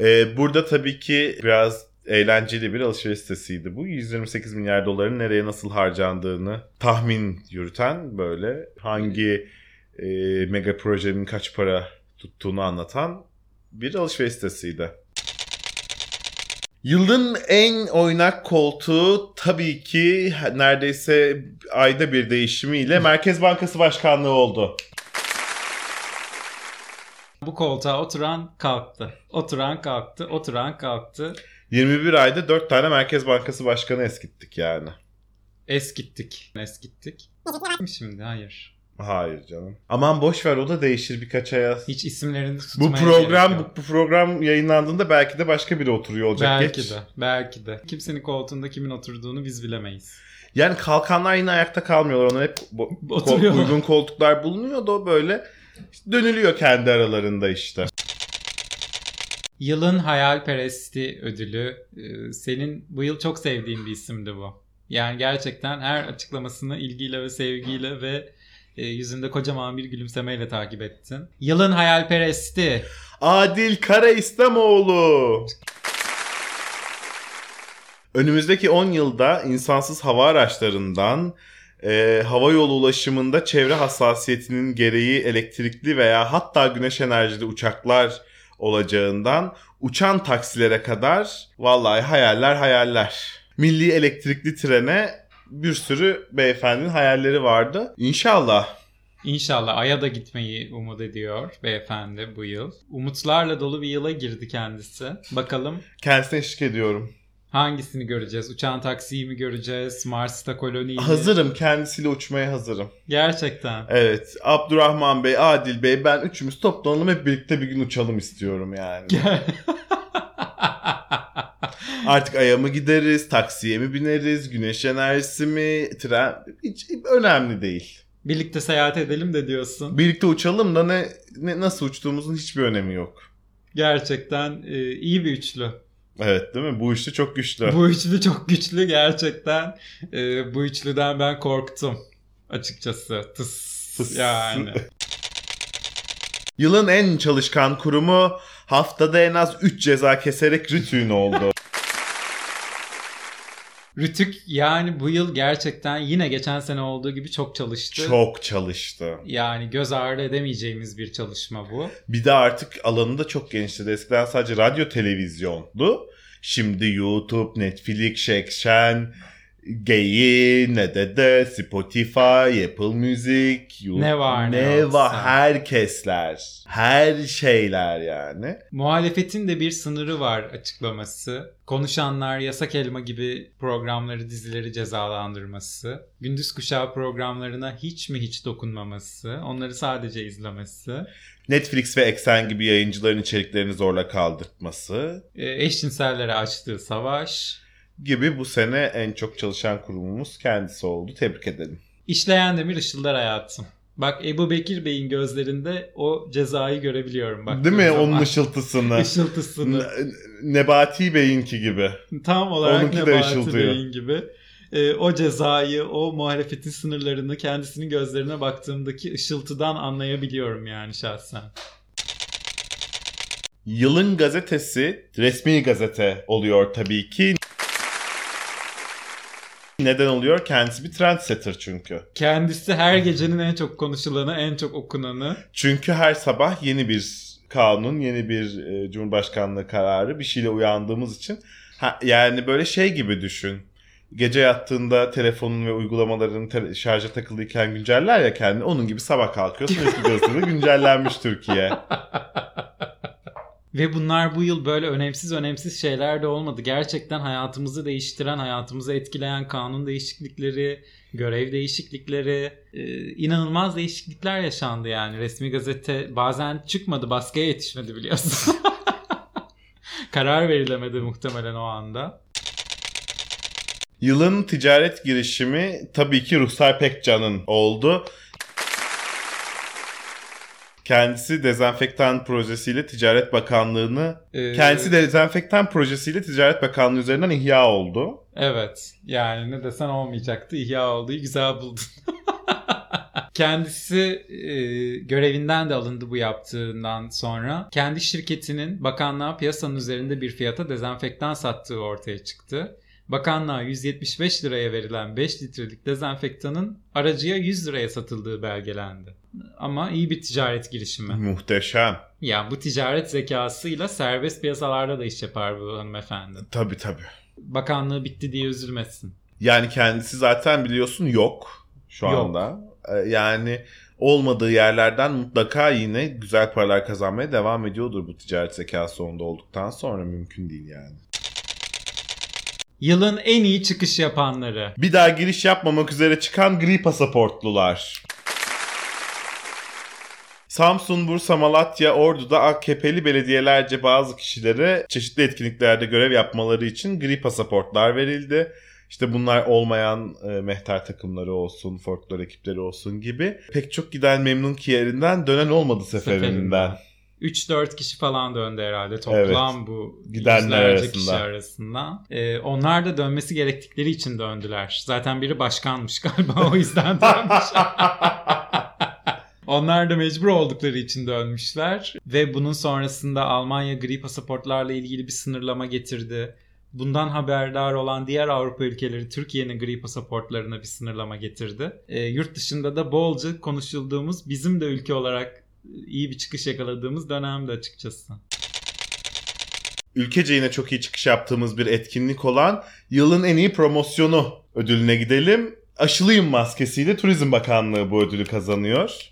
Ee, burada tabii ki biraz eğlenceli bir alışveriş sitesiydi bu. 128 milyar doların nereye nasıl harcandığını tahmin yürüten böyle hangi e, mega projenin kaç para tuttuğunu anlatan bir alışveriş sitesiydi. Yılın en oynak koltuğu tabii ki neredeyse ayda bir değişimiyle Merkez Bankası Başkanlığı oldu.
Bu koltuğa oturan kalktı. Oturan kalktı, oturan kalktı.
21 ayda 4 tane Merkez Bankası Başkanı eskittik yani.
Eskittik. Eskittik. Şimdi hayır.
Hayır canım. Aman boş ver o da değişir birkaç aya.
Hiç isimlerini tutmaya
Bu program
gerek
bu,
yok.
bu program yayınlandığında belki de başka biri oturuyor olacak.
Belki
Geç.
de. Belki de. Kimsenin koltuğunda kimin oturduğunu biz bilemeyiz.
Yani kalkanlar yine ayakta kalmıyorlar. Onlar hep bu-
Oturuyor.
kol- uygun koltuklar bulunuyor da o böyle dönülüyor kendi aralarında işte.
Yılın Hayalperesti ödülü. e, Senin bu yıl çok sevdiğin bir isimdi bu. Yani gerçekten her açıklamasını ilgiyle ve sevgiyle ve e, yüzünde kocaman bir gülümsemeyle takip ettin. Yılın Hayalperesti.
Adil Kara İslamoğlu. Önümüzdeki 10 yılda insansız hava araçlarından e, hava yolu ulaşımında çevre hassasiyetinin gereği elektrikli veya hatta güneş enerjili uçaklar olacağından uçan taksilere kadar vallahi hayaller hayaller. Milli elektrikli trene bir sürü beyefendinin hayalleri vardı. İnşallah
İnşallah Ay'a da gitmeyi umut ediyor beyefendi bu yıl. Umutlarla dolu bir yıla girdi kendisi. Bakalım
kendisine eşlik ediyorum.
hangisini göreceğiz? Uçağın taksiyi mi göreceğiz? Mars'ta koloniyi mi?
Hazırım kendisiyle uçmaya hazırım.
Gerçekten.
Evet. Abdurrahman Bey, Adil Bey ben üçümüz toplanalım hep birlikte bir gün uçalım istiyorum yani. Artık aya mı gideriz, taksiye mi bineriz, güneş enerjisi mi, tren hiç önemli değil.
Birlikte seyahat edelim de diyorsun.
Birlikte uçalım da ne, ne nasıl uçtuğumuzun hiçbir önemi yok.
Gerçekten e, iyi bir üçlü.
Evet değil mi? Bu işte çok güçlü.
Bu üçlü çok güçlü gerçekten. E, bu üçlüden ben korktum açıkçası. Tıs,
Tıs.
yani.
Yılın en çalışkan kurumu haftada en az 3 ceza keserek rütün oldu.
Rütük yani bu yıl gerçekten yine geçen sene olduğu gibi çok çalıştı.
çok çalıştı.
Yani göz ardı edemeyeceğimiz bir çalışma bu.
Bir de artık alanı da çok genişledi. Eskiden sadece radyo televizyondu. Şimdi YouTube, Netflix, Şekşen, Geyi, ne de de, Spotify, Apple Music, YouTube-
Ne var ne
ne
yoksa.
var herkesler, her şeyler yani.
Muhalefetin de bir sınırı var açıklaması. Konuşanlar yasak elma gibi programları, dizileri cezalandırması. Gündüz kuşağı programlarına hiç mi hiç dokunmaması. Onları sadece izlemesi.
Netflix ve Eksen gibi yayıncıların içeriklerini zorla kaldırtması
e, Eşcinsellere açtığı savaş.
gibi bu sene en çok çalışan kurumumuz kendisi oldu. Tebrik edelim.
İşleyen demir ışıldar hayatım. Bak Ebu Bekir Bey'in gözlerinde o cezayı görebiliyorum. Bak,
Değil mi? Onun
ışıltısını.
ışıltısını.
Işıltısını.
Ne- Nebati Bey'inki gibi.
Tam olarak
Onunki de
Nebati
ışıldıyor.
Bey'in gibi. Ee, o cezayı, o muhalefetin sınırlarını kendisinin gözlerine baktığımdaki ışıltıdan anlayabiliyorum yani şahsen.
Yılın gazetesi resmi gazete oluyor tabii ki. Neden oluyor? Kendisi bir trendsetter çünkü.
Kendisi her gecenin en çok konuşulanı, en çok okunanı.
Çünkü her sabah yeni bir kanun, yeni bir e, cumhurbaşkanlığı kararı bir şeyle uyandığımız için ha- yani böyle şey gibi düşün. Gece yattığında telefonun ve uygulamaların te- şarja takılıyken günceller ya kendini. Onun gibi sabah kalkıyorsun resmi gazetede güncellenmiş Türkiye.
Ve bunlar bu yıl böyle önemsiz önemsiz şeyler de olmadı. Gerçekten hayatımızı değiştiren, hayatımızı etkileyen kanun değişiklikleri, görev değişiklikleri, e, inanılmaz değişiklikler yaşandı yani. Resmi gazete bazen çıkmadı, baskıya yetişmedi biliyorsun. Karar verilemedi muhtemelen o anda.
Yılın ticaret girişimi tabii ki Ruhsar Pekcan'ın oldu. Kendisi dezenfektan projesiyle Ticaret Bakanlığı'nı
E,
kendisi dezenfektan projesiyle Ticaret Bakanlığı üzerinden ihya oldu.
Evet. Yani ne desen olmayacaktı. İhya olduğu güzel buldun. Kendisi e, görevinden de alındı bu yaptığından sonra. Kendi şirketinin bakanlığa piyasanın üzerinde bir fiyata dezenfektan sattığı ortaya çıktı. Bakanlığa 175 liraya verilen 5 litrelik dezenfektanın aracıya 100 liraya satıldığı belgelendi. Ama iyi bir ticaret girişimi.
Muhteşem.
Ya bu ticaret zekasıyla serbest piyasalarda da iş yapar bu hanımefendi.
Tabii tabii.
Bakanlığı bitti diye üzülmesin.
Yani kendisi zaten biliyorsun yok şu
Yok.
anda. Ee, Yani olmadığı yerlerden mutlaka yine güzel paralar kazanmaya devam ediyordur bu ticaret zekası onda olduktan sonra mümkün değil yani.
Yılın en iyi çıkış yapanları.
Bir daha giriş yapmamak üzere çıkan gri pasaportlular. Samsun, Bursa, Malatya, Ordu'da AKP'li belediyelerce bazı kişilere çeşitli etkinliklerde görev yapmaları için gri pasaportlar verildi. İşte bunlar olmayan e, mehter takımları olsun, folklor ekipleri olsun gibi. Pek çok giden memnun ki yerinden dönen olmadı seferinden.
3-4 kişi falan döndü herhalde toplam
Evet.
bu
Gidenler
yüzlerce
arasında.
kişi arasından. Ee, onlar da dönmesi gerektikleri için döndüler. Zaten biri başkanmış galiba o yüzden dönmüş. Onlar da mecbur oldukları için dönmüşler ve bunun sonrasında Almanya gri pasaportlarla ilgili bir sınırlama getirdi. Bundan haberdar olan diğer Avrupa ülkeleri Türkiye'nin gri pasaportlarına bir sınırlama getirdi. Ee, yurt dışında da bolca konuşulduğumuz bizim de ülke olarak iyi bir çıkış yakaladığımız dönemde açıkçası.
ülkece yine çok iyi çıkış yaptığımız bir etkinlik olan yılın en iyi promosyonu ödülüne gidelim. Aşılıyım maskesiyle Turizm Bakanlığı bu ödülü kazanıyor.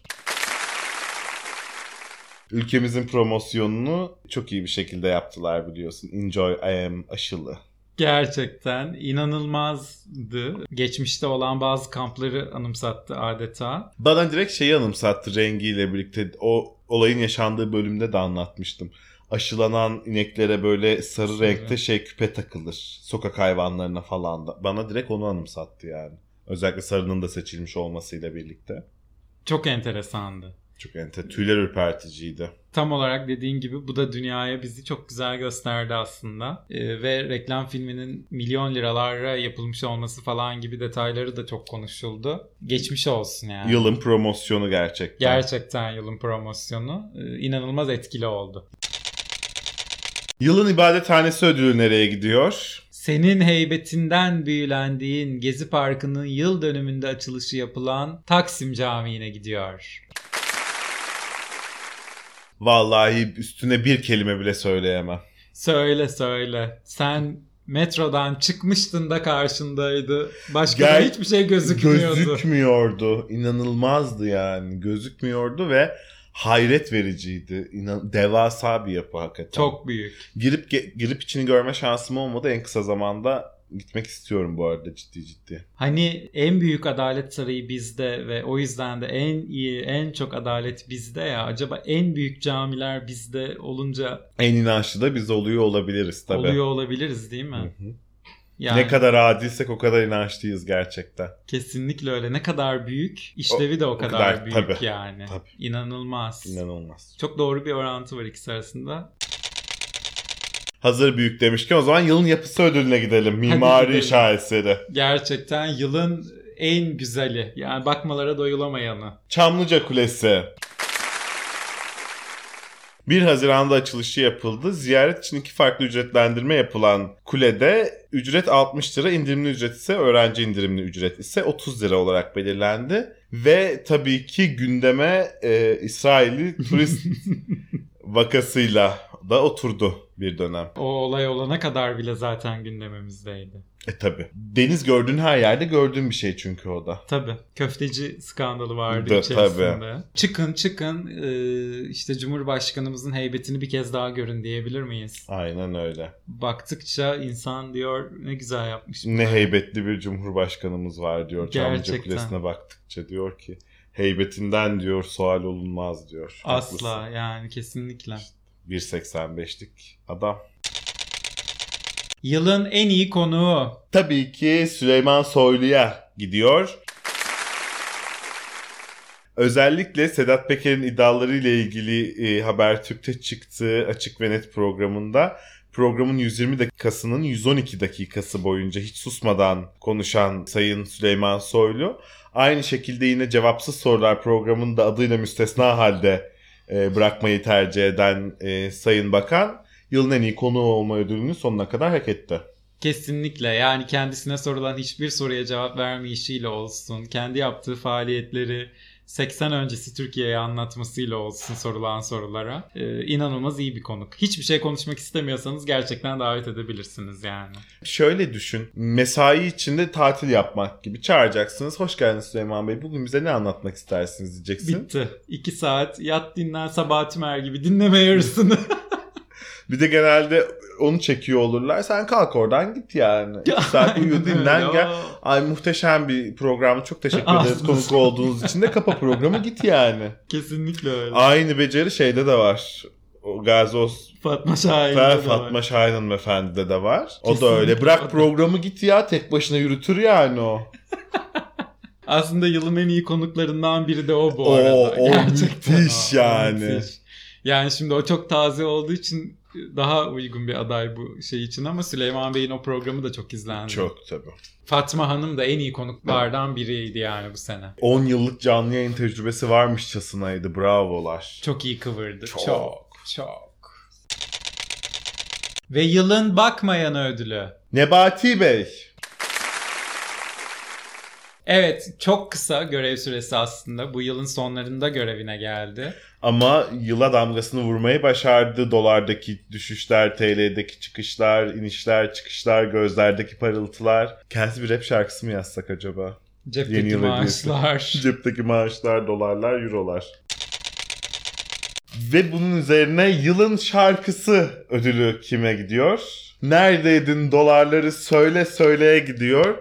Ülkemizin promosyonunu çok iyi bir şekilde yaptılar biliyorsun. Enjoy I am aşılı.
Gerçekten inanılmazdı. Geçmişte olan bazı kampları anımsattı adeta.
Bana direkt şeyi anımsattı rengiyle birlikte. O olayın yaşandığı bölümde de anlatmıştım. Aşılanan ineklere böyle sarı renkte şey küpe takılır. Sokak hayvanlarına falan da. Bana direkt onu anımsattı yani. Özellikle sarının da seçilmiş olmasıyla birlikte.
Çok enteresandı.
Çok ente tüyler ürperticiydi.
Tam olarak dediğin gibi bu da dünyaya bizi çok güzel gösterdi aslında. Ee, ve reklam filminin milyon liralara yapılmış olması falan gibi detayları da çok konuşuldu. Geçmiş olsun yani.
Yılın promosyonu gerçekten.
Gerçekten yılın promosyonu e, inanılmaz etkili oldu.
Yılın ibadethanesi ödülü nereye gidiyor?
Senin heybetinden büyülendiğin Gezi Parkı'nın yıl dönümünde açılışı yapılan Taksim Camii'ne gidiyor.
Vallahi üstüne bir kelime bile söyleyemem.
Söyle söyle. Sen metrodan çıkmıştın da karşındaydı. Başka da
Gel-
hiçbir şey gözükmüyordu.
Gözükmüyordu. İnanılmazdı yani. Gözükmüyordu ve hayret vericiydi. İnan devasa bir yapı hakikaten.
Çok büyük.
Girip ge- girip içini görme şansım olmadı en kısa zamanda. Gitmek istiyorum bu arada ciddi ciddi.
Hani en büyük adalet sarayı bizde ve o yüzden de en iyi, en çok adalet bizde ya. Acaba en büyük camiler bizde olunca
En inançlı da biz oluyor olabiliriz tabii.
oluyor olabiliriz değil mi?
Hı hı.
Yani
Ne kadar adilsek o kadar inançlıyız gerçekten.
kesinlikle öyle. Ne kadar büyük, işlevi de o,
o
kadar,
kadar,
büyük
tabii,
yani.
tabii.
İnanılmaz.
İnanılmaz.
Çok doğru bir orantı var ikisi arasında.
Hazır büyük demişken o zaman yılın yapısı ödülüne gidelim. Mimari
gidelim.
şaheseri.
Gerçekten yılın en güzeli. Yani bakmalara doyulamayanı.
Çamlıca Kulesi. 1 Haziran'da açılışı yapıldı. Ziyaret için iki farklı ücretlendirme yapılan kulede ücret 60 lira, indirimli ücret ise öğrenci indirimli ücret ise 30 lira olarak belirlendi. Ve tabii ki gündeme e, İsrail'i turist vakasıyla da oturdu bir dönem.
O olay olana kadar bile zaten gündemimizdeydi.
E tabi. Deniz gördüğün her yerde gördüğün bir şey çünkü o da.
Tabii. Köfteci skandalı vardı
Da,
içerisinde. Çıkın çıkın e, işte Cumhurbaşkanımızın heybetini bir kez daha görün diyebilir miyiz?
Aynen öyle.
Baktıkça insan diyor ne güzel yapmış. bu."
Ne heybetli bir cumhurbaşkanımız var diyor. Çamlıca
Gerçekten.
Kulesi'ne baktıkça diyor ki heybetinden diyor sual olunmaz diyor.
Asla
Haklısın.
yani kesinlikle.
1.85'lik adam.
Yılın en iyi konuğu.
Tabii ki Süleyman Soylu'ya gidiyor. Özellikle Sedat Peker'in iddialarıyla ilgili e, Habertürk'te çıktığı açık ve net programında Programın 120 dakikasının 112 dakikası boyunca hiç susmadan konuşan Sayın Süleyman Soylu aynı şekilde yine cevapsız sorular programının da adıyla müstesna halde e, bırakmayı tercih eden e, Sayın Bakan yılın en iyi konuğu olma ödülünü sonuna kadar hak etti.
Kesinlikle yani kendisine sorulan hiçbir soruya cevap vermeyişiyle olsun, kendi yaptığı faaliyetleri 80 öncesi Türkiye'ye anlatmasıyla olsun sorulan sorulara e, inanılmaz iyi bir konuk. Hiçbir şey konuşmak istemiyorsanız gerçekten davet edebilirsiniz yani.
Şöyle düşün. Mesai içinde tatil yapmak gibi çağıracaksınız. Hoş geldiniz Süleyman Bey. Bugün bize ne anlatmak istersiniz diyeceksin.
Bitti. 2 saat yat dinlen Sabahat Tümer gibi dinleme yarısını.
Bir de genelde onu çekiyor olurlar. Sen kalk oradan git yani. İki saat uyu dinlen gel. Ay muhteşem bir program. Çok teşekkür ederiz
Ağzınıza
konuk olduğunuz için de kapa programı git yani.
Kesinlikle öyle.
Aynı beceri şeyde de var. O gazoz
Fatma Şahin'de
Fer-
de
Fatma
var.
Şahin hanımefendide de var. O da
Kesinlikle
öyle. Bırak
o da.
programı git ya tek başına yürütür yani o.
Aslında yılın en iyi konuklarından biri de o bu
Oo,
arada.
o
Gerçekten
müthiş
o,
yani.
müthiş. Yani şimdi o çok taze olduğu için daha uygun bir aday bu şey için ama Süleyman Bey'in o programı da çok izlendi.
Çok tabii.
Fatma Hanım da en iyi konuklardan biriydi yani bu sene.
10 yıllık canlı yayın tecrübesi varmışçasınaydı. Bravolar.
Çok iyi kıvırdı. Çok. Çok.
Çok.
Ve yılın bakmayan ödülü.
Nebati Bey.
Evet çok kısa görev süresi aslında. Bu yılın sonlarında görevine geldi.
Ama yıla damgasını vurmayı başardı. Dolardaki düşüşler, TL'deki çıkışlar, inişler, çıkışlar, gözlerdeki parıltılar. Kendisi bir rap şarkısı mı yazsak acaba? Yeni
Cepteki
yıl hediyesi.
maaşlar.
Cepteki maaşlar, dolarlar, eurolar. Ve bunun üzerine yılın şarkısı ödülü kime gidiyor? Neredeydin dolarları söyle söyleye gidiyor.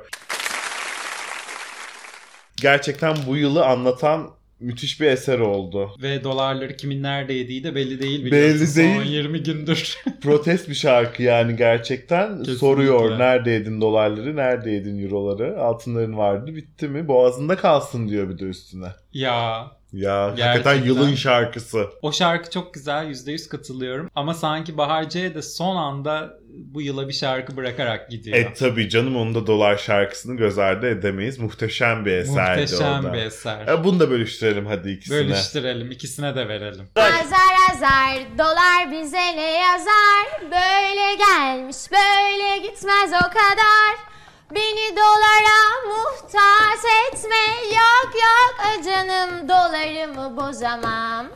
Gerçekten bu yılı anlatan müthiş bir eser oldu.
Ve dolarları kimin nerede yediği de belli değil
Belli
biliyorsun. Son
değil.
20 gündür.
protest bir şarkı yani gerçekten.
Kesinlikle.
Soruyor nerede yedin dolarları, nerede yedin euroları, altınların vardı bitti mi, boğazında kalsın diyor bir de üstüne.
ya
Ya hakikaten
Gerçekten.
yılın şarkısı.
o şarkı çok güzel %100 katılıyorum. Ama sanki Baharce'ye de son anda bu yıla bir şarkı bırakarak gidiyor.
E tabi canım onu da dolar şarkısını göz ardı edemeyiz. Muhteşem bir eserdi o
Muhteşem
da.
bir eser.
E, bunu da bölüştürelim hadi ikisine.
Bölüştürelim ikisine de verelim.
Azar azar dolar bize ne yazar Böyle gelmiş böyle gitmez o kadar Beni dolara muhtaç etme Yok yok o canım dolarımı bozamam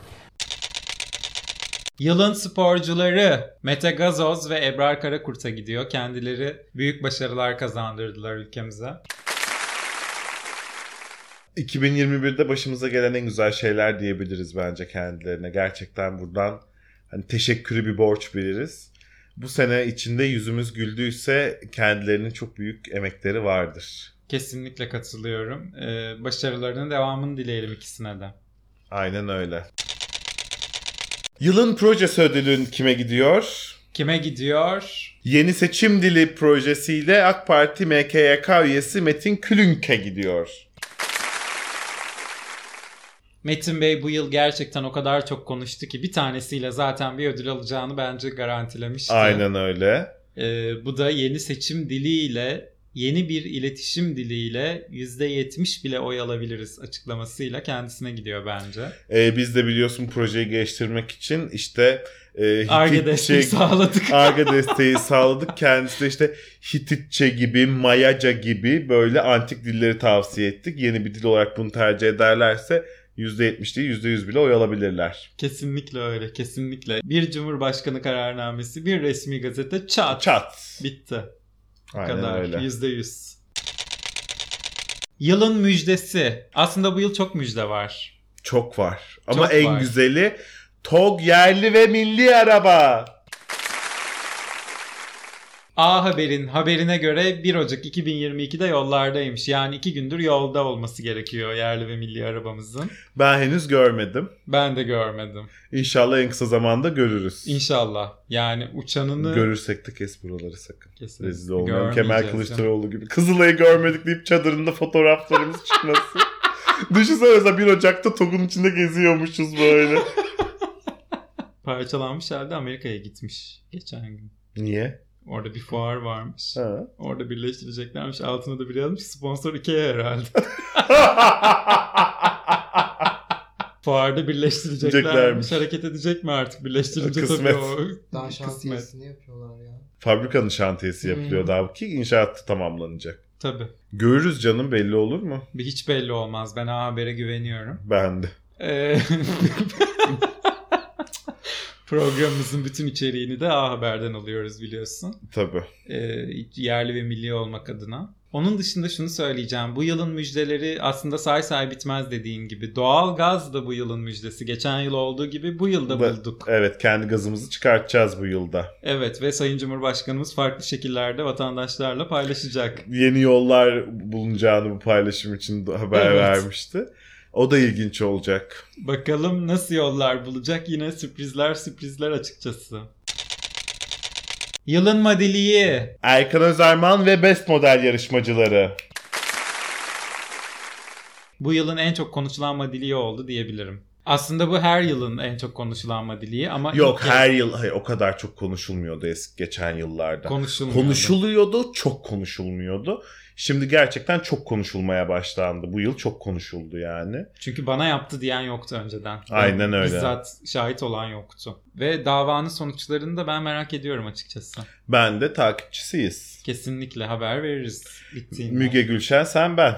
Yılın sporcuları Mete Gazoz ve Ebrar Karakurt'a gidiyor. Kendileri büyük başarılar kazandırdılar ülkemize.
2021'de başımıza gelen en güzel şeyler diyebiliriz bence kendilerine. Gerçekten buradan hani teşekkürü bir borç biliriz. Bu sene içinde yüzümüz güldüyse kendilerinin çok büyük emekleri vardır.
Kesinlikle katılıyorum. Ee, başarılarının devamını dileyelim ikisine de.
Aynen öyle. Yılın projesi ödülün kime gidiyor?
Kime gidiyor?
Yeni seçim dili projesiyle AK Parti MKYK üyesi Metin Külünk'e gidiyor.
Metin Bey bu yıl gerçekten o kadar çok konuştu ki bir tanesiyle zaten bir ödül alacağını bence garantilemişti.
Aynen öyle.
Ee, bu da yeni seçim diliyle, yeni bir iletişim diliyle %70 bile oy alabiliriz açıklamasıyla kendisine gidiyor bence.
Ee, biz de biliyorsun projeyi geliştirmek için işte e, Hitit-
Arge desteği
şey-
sağladık.
Arge desteği sağladık. Kendisi de işte Hititçe gibi, Mayaca gibi böyle antik dilleri tavsiye ettik. Yeni bir dil olarak bunu tercih ederlerse %70 değil %100 bile oy alabilirler.
Kesinlikle öyle, kesinlikle. Bir Cumhurbaşkanı kararnamesi, bir resmi gazete çat.
Çat.
Bitti.
Aynen
kadar.
öyle.
Yüzde yüz. Yılın müjdesi. Aslında bu yıl çok müjde var.
Çok var. Ama
Çok
en
var.
güzeli TOG yerli ve milli araba.
A Haber'in haberine göre 1 Ocak 2022'de yollardaymış. Yani 2 gündür yolda olması gerekiyor yerli ve milli arabamızın.
Ben henüz görmedim.
Ben de görmedim.
İnşallah en kısa zamanda görürüz.
İnşallah. Yani uçanını
Görürsek de kes buraları sakın.
kesin
Rezil olmayalım. Kemal
görmeyeceğiz canım.
Kılıçdaroğlu gibi. Kızılay'ı görmedik deyip çadırında fotoğraflarımız çıkmasın. Düşünsenize 1 Ocak'ta TOG'un içinde geziyormuşuz böyle.
Parçalanmış halde Amerika'ya gitmiş geçen gün.
Niye?
Orada bir fuar varmış.
Ha.
Orada birleştireceklermiş. Altına da biri yazmış. Sponsor Ikea herhalde. Fuarda birleştireceklermiş.
Diyeceklermiş.
Hareket edecek mi artık? Birleştirince
Kısmet.
tabii o.
Daha
Kısmet.
şantiyesini yapıyorlar ya.
Fabrikanın şantiyesi yapılıyor
Hmm.
daha ki inşaat tamamlanacak.
Tabii.
Görürüz canım belli olur mu?
Bir hiç belli olmaz. Ben A Haber'e güveniyorum.
Ben de.
Ee, Programımızın bütün içeriğini de A Haber'den alıyoruz biliyorsun.
Tabii.
Ee, yerli ve milli olmak adına. Onun dışında şunu söyleyeceğim. Bu yılın müjdeleri aslında say say bitmez dediğin gibi. Doğal gaz da bu yılın müjdesi. Geçen yıl olduğu gibi bu yılda
Ba-
bulduk.
Evet kendi gazımızı çıkartacağız bu yılda.
Evet ve Sayın Cumhurbaşkanımız farklı şekillerde vatandaşlarla paylaşacak.
Yeni yollar bulunacağını bu paylaşım için de haber
Evet.
vermişti. O da ilginç olacak.
Bakalım nasıl yollar bulacak yine sürprizler sürprizler açıkçası. Yılın madiliği.
Erkan Özerman ve Best Model yarışmacıları.
Bu yılın en çok konuşulan madiliği oldu diyebilirim. Aslında bu her yılın en çok konuşulan madiliği ama
Yok
ilk
her yıl hayır, o kadar çok konuşulmuyordu eski geçen yıllarda.
konuşulmuyordu.
Konuşuluyordu, çok konuşulmuyordu. Şimdi gerçekten çok konuşulmaya başlandı. Bu yıl çok konuşuldu yani.
Çünkü bana yaptı diyen yoktu önceden.
Aynen öyle.
Bizzat şahit olan yoktu. Ve davanın sonuçlarını da ben merak ediyorum açıkçası.
Ben de takipçisiyiz.
Kesinlikle haber veririz bittiğinde.
Müge Gülşen sen ben.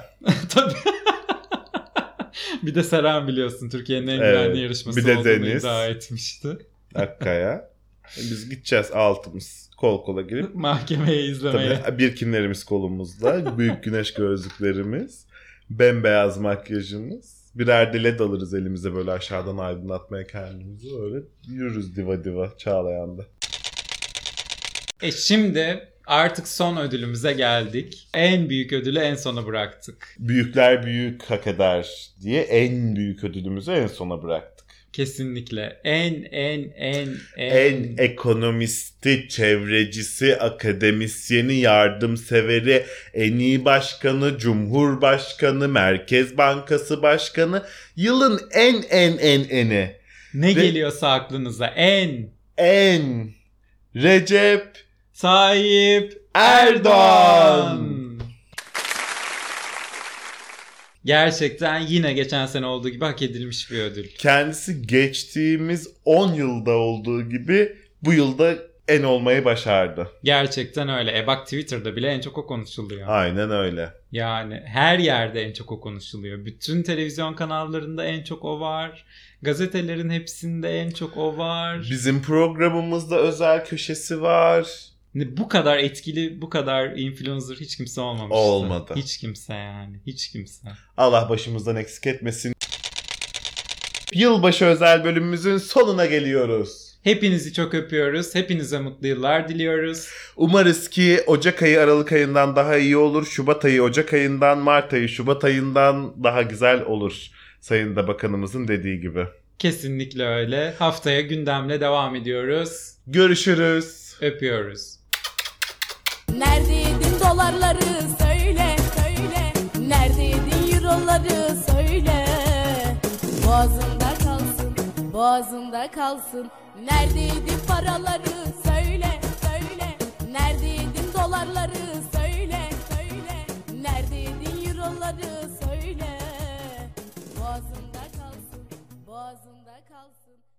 Bir de Seren biliyorsun Türkiye'nin en
Evet.
güvenli yarışması
Bir de
olduğunu
Deniz.
iddia etmişti.
Akkaya. Biz gideceğiz altımız kol kola girip.
Mahkemeye izlemeye.
Tabii birkinlerimiz kolumuzda. Büyük güneş gözlüklerimiz. Bembeyaz makyajımız. Birer de led alırız elimize böyle aşağıdan aydınlatmaya kendimizi. Öyle yürürüz diva diva Çağlayan'da.
E şimdi artık son ödülümüze geldik. En büyük ödülü en sona bıraktık.
Büyükler büyük hak eder diye en büyük ödülümüzü en sona bıraktık.
Kesinlikle. En en en en.
En ekonomisti, çevrecisi, akademisyeni, yardımseveri, en iyi başkanı, cumhurbaşkanı, merkez bankası başkanı, yılın en en en eni,
Ne
Ve-
geliyorsa aklınıza en.
en Recep
Tayyip
Erdoğan.
Gerçekten yine geçen sene olduğu gibi hak edilmiş bir ödül.
Kendisi geçtiğimiz 10 yılda olduğu gibi bu yılda en olmayı başardı.
Gerçekten öyle. E bak Twitter'da bile en çok o konuşuluyor.
Aynen öyle.
Yani her yerde en çok o konuşuluyor. Bütün televizyon kanallarında en çok o var. Gazetelerin hepsinde en çok o var.
Bizim programımızda özel köşesi var.
Ne- Bu kadar etkili, bu kadar influencer hiç kimse olmamıştı.
Olmadı.
Hiç kimse yani. Hiç kimse.
Allah başımızdan eksik etmesin. Yılbaşı özel bölümümüzün sonuna geliyoruz.
Hepinizi çok öpüyoruz. Hepinize mutlu yıllar diliyoruz.
Umarız ki Ocak ayı Aralık ayından daha iyi olur. Şubat ayı Ocak ayından, Mart ayı Şubat ayından daha güzel olur. Sayın da bakanımızın dediği gibi.
Kesinlikle öyle. Haftaya gündemle devam ediyoruz.
Görüşürüz.
Öpüyoruz.
Neredeydin dolarları söyle söyle Neredeydin euroları söyle Boğazında kalsın boğazında kalsın Neredeydin paraları söyle söyle Neredeydin dolarları söyle söyle Neredeydin euroları söyle Boğazında kalsın boğazında kalsın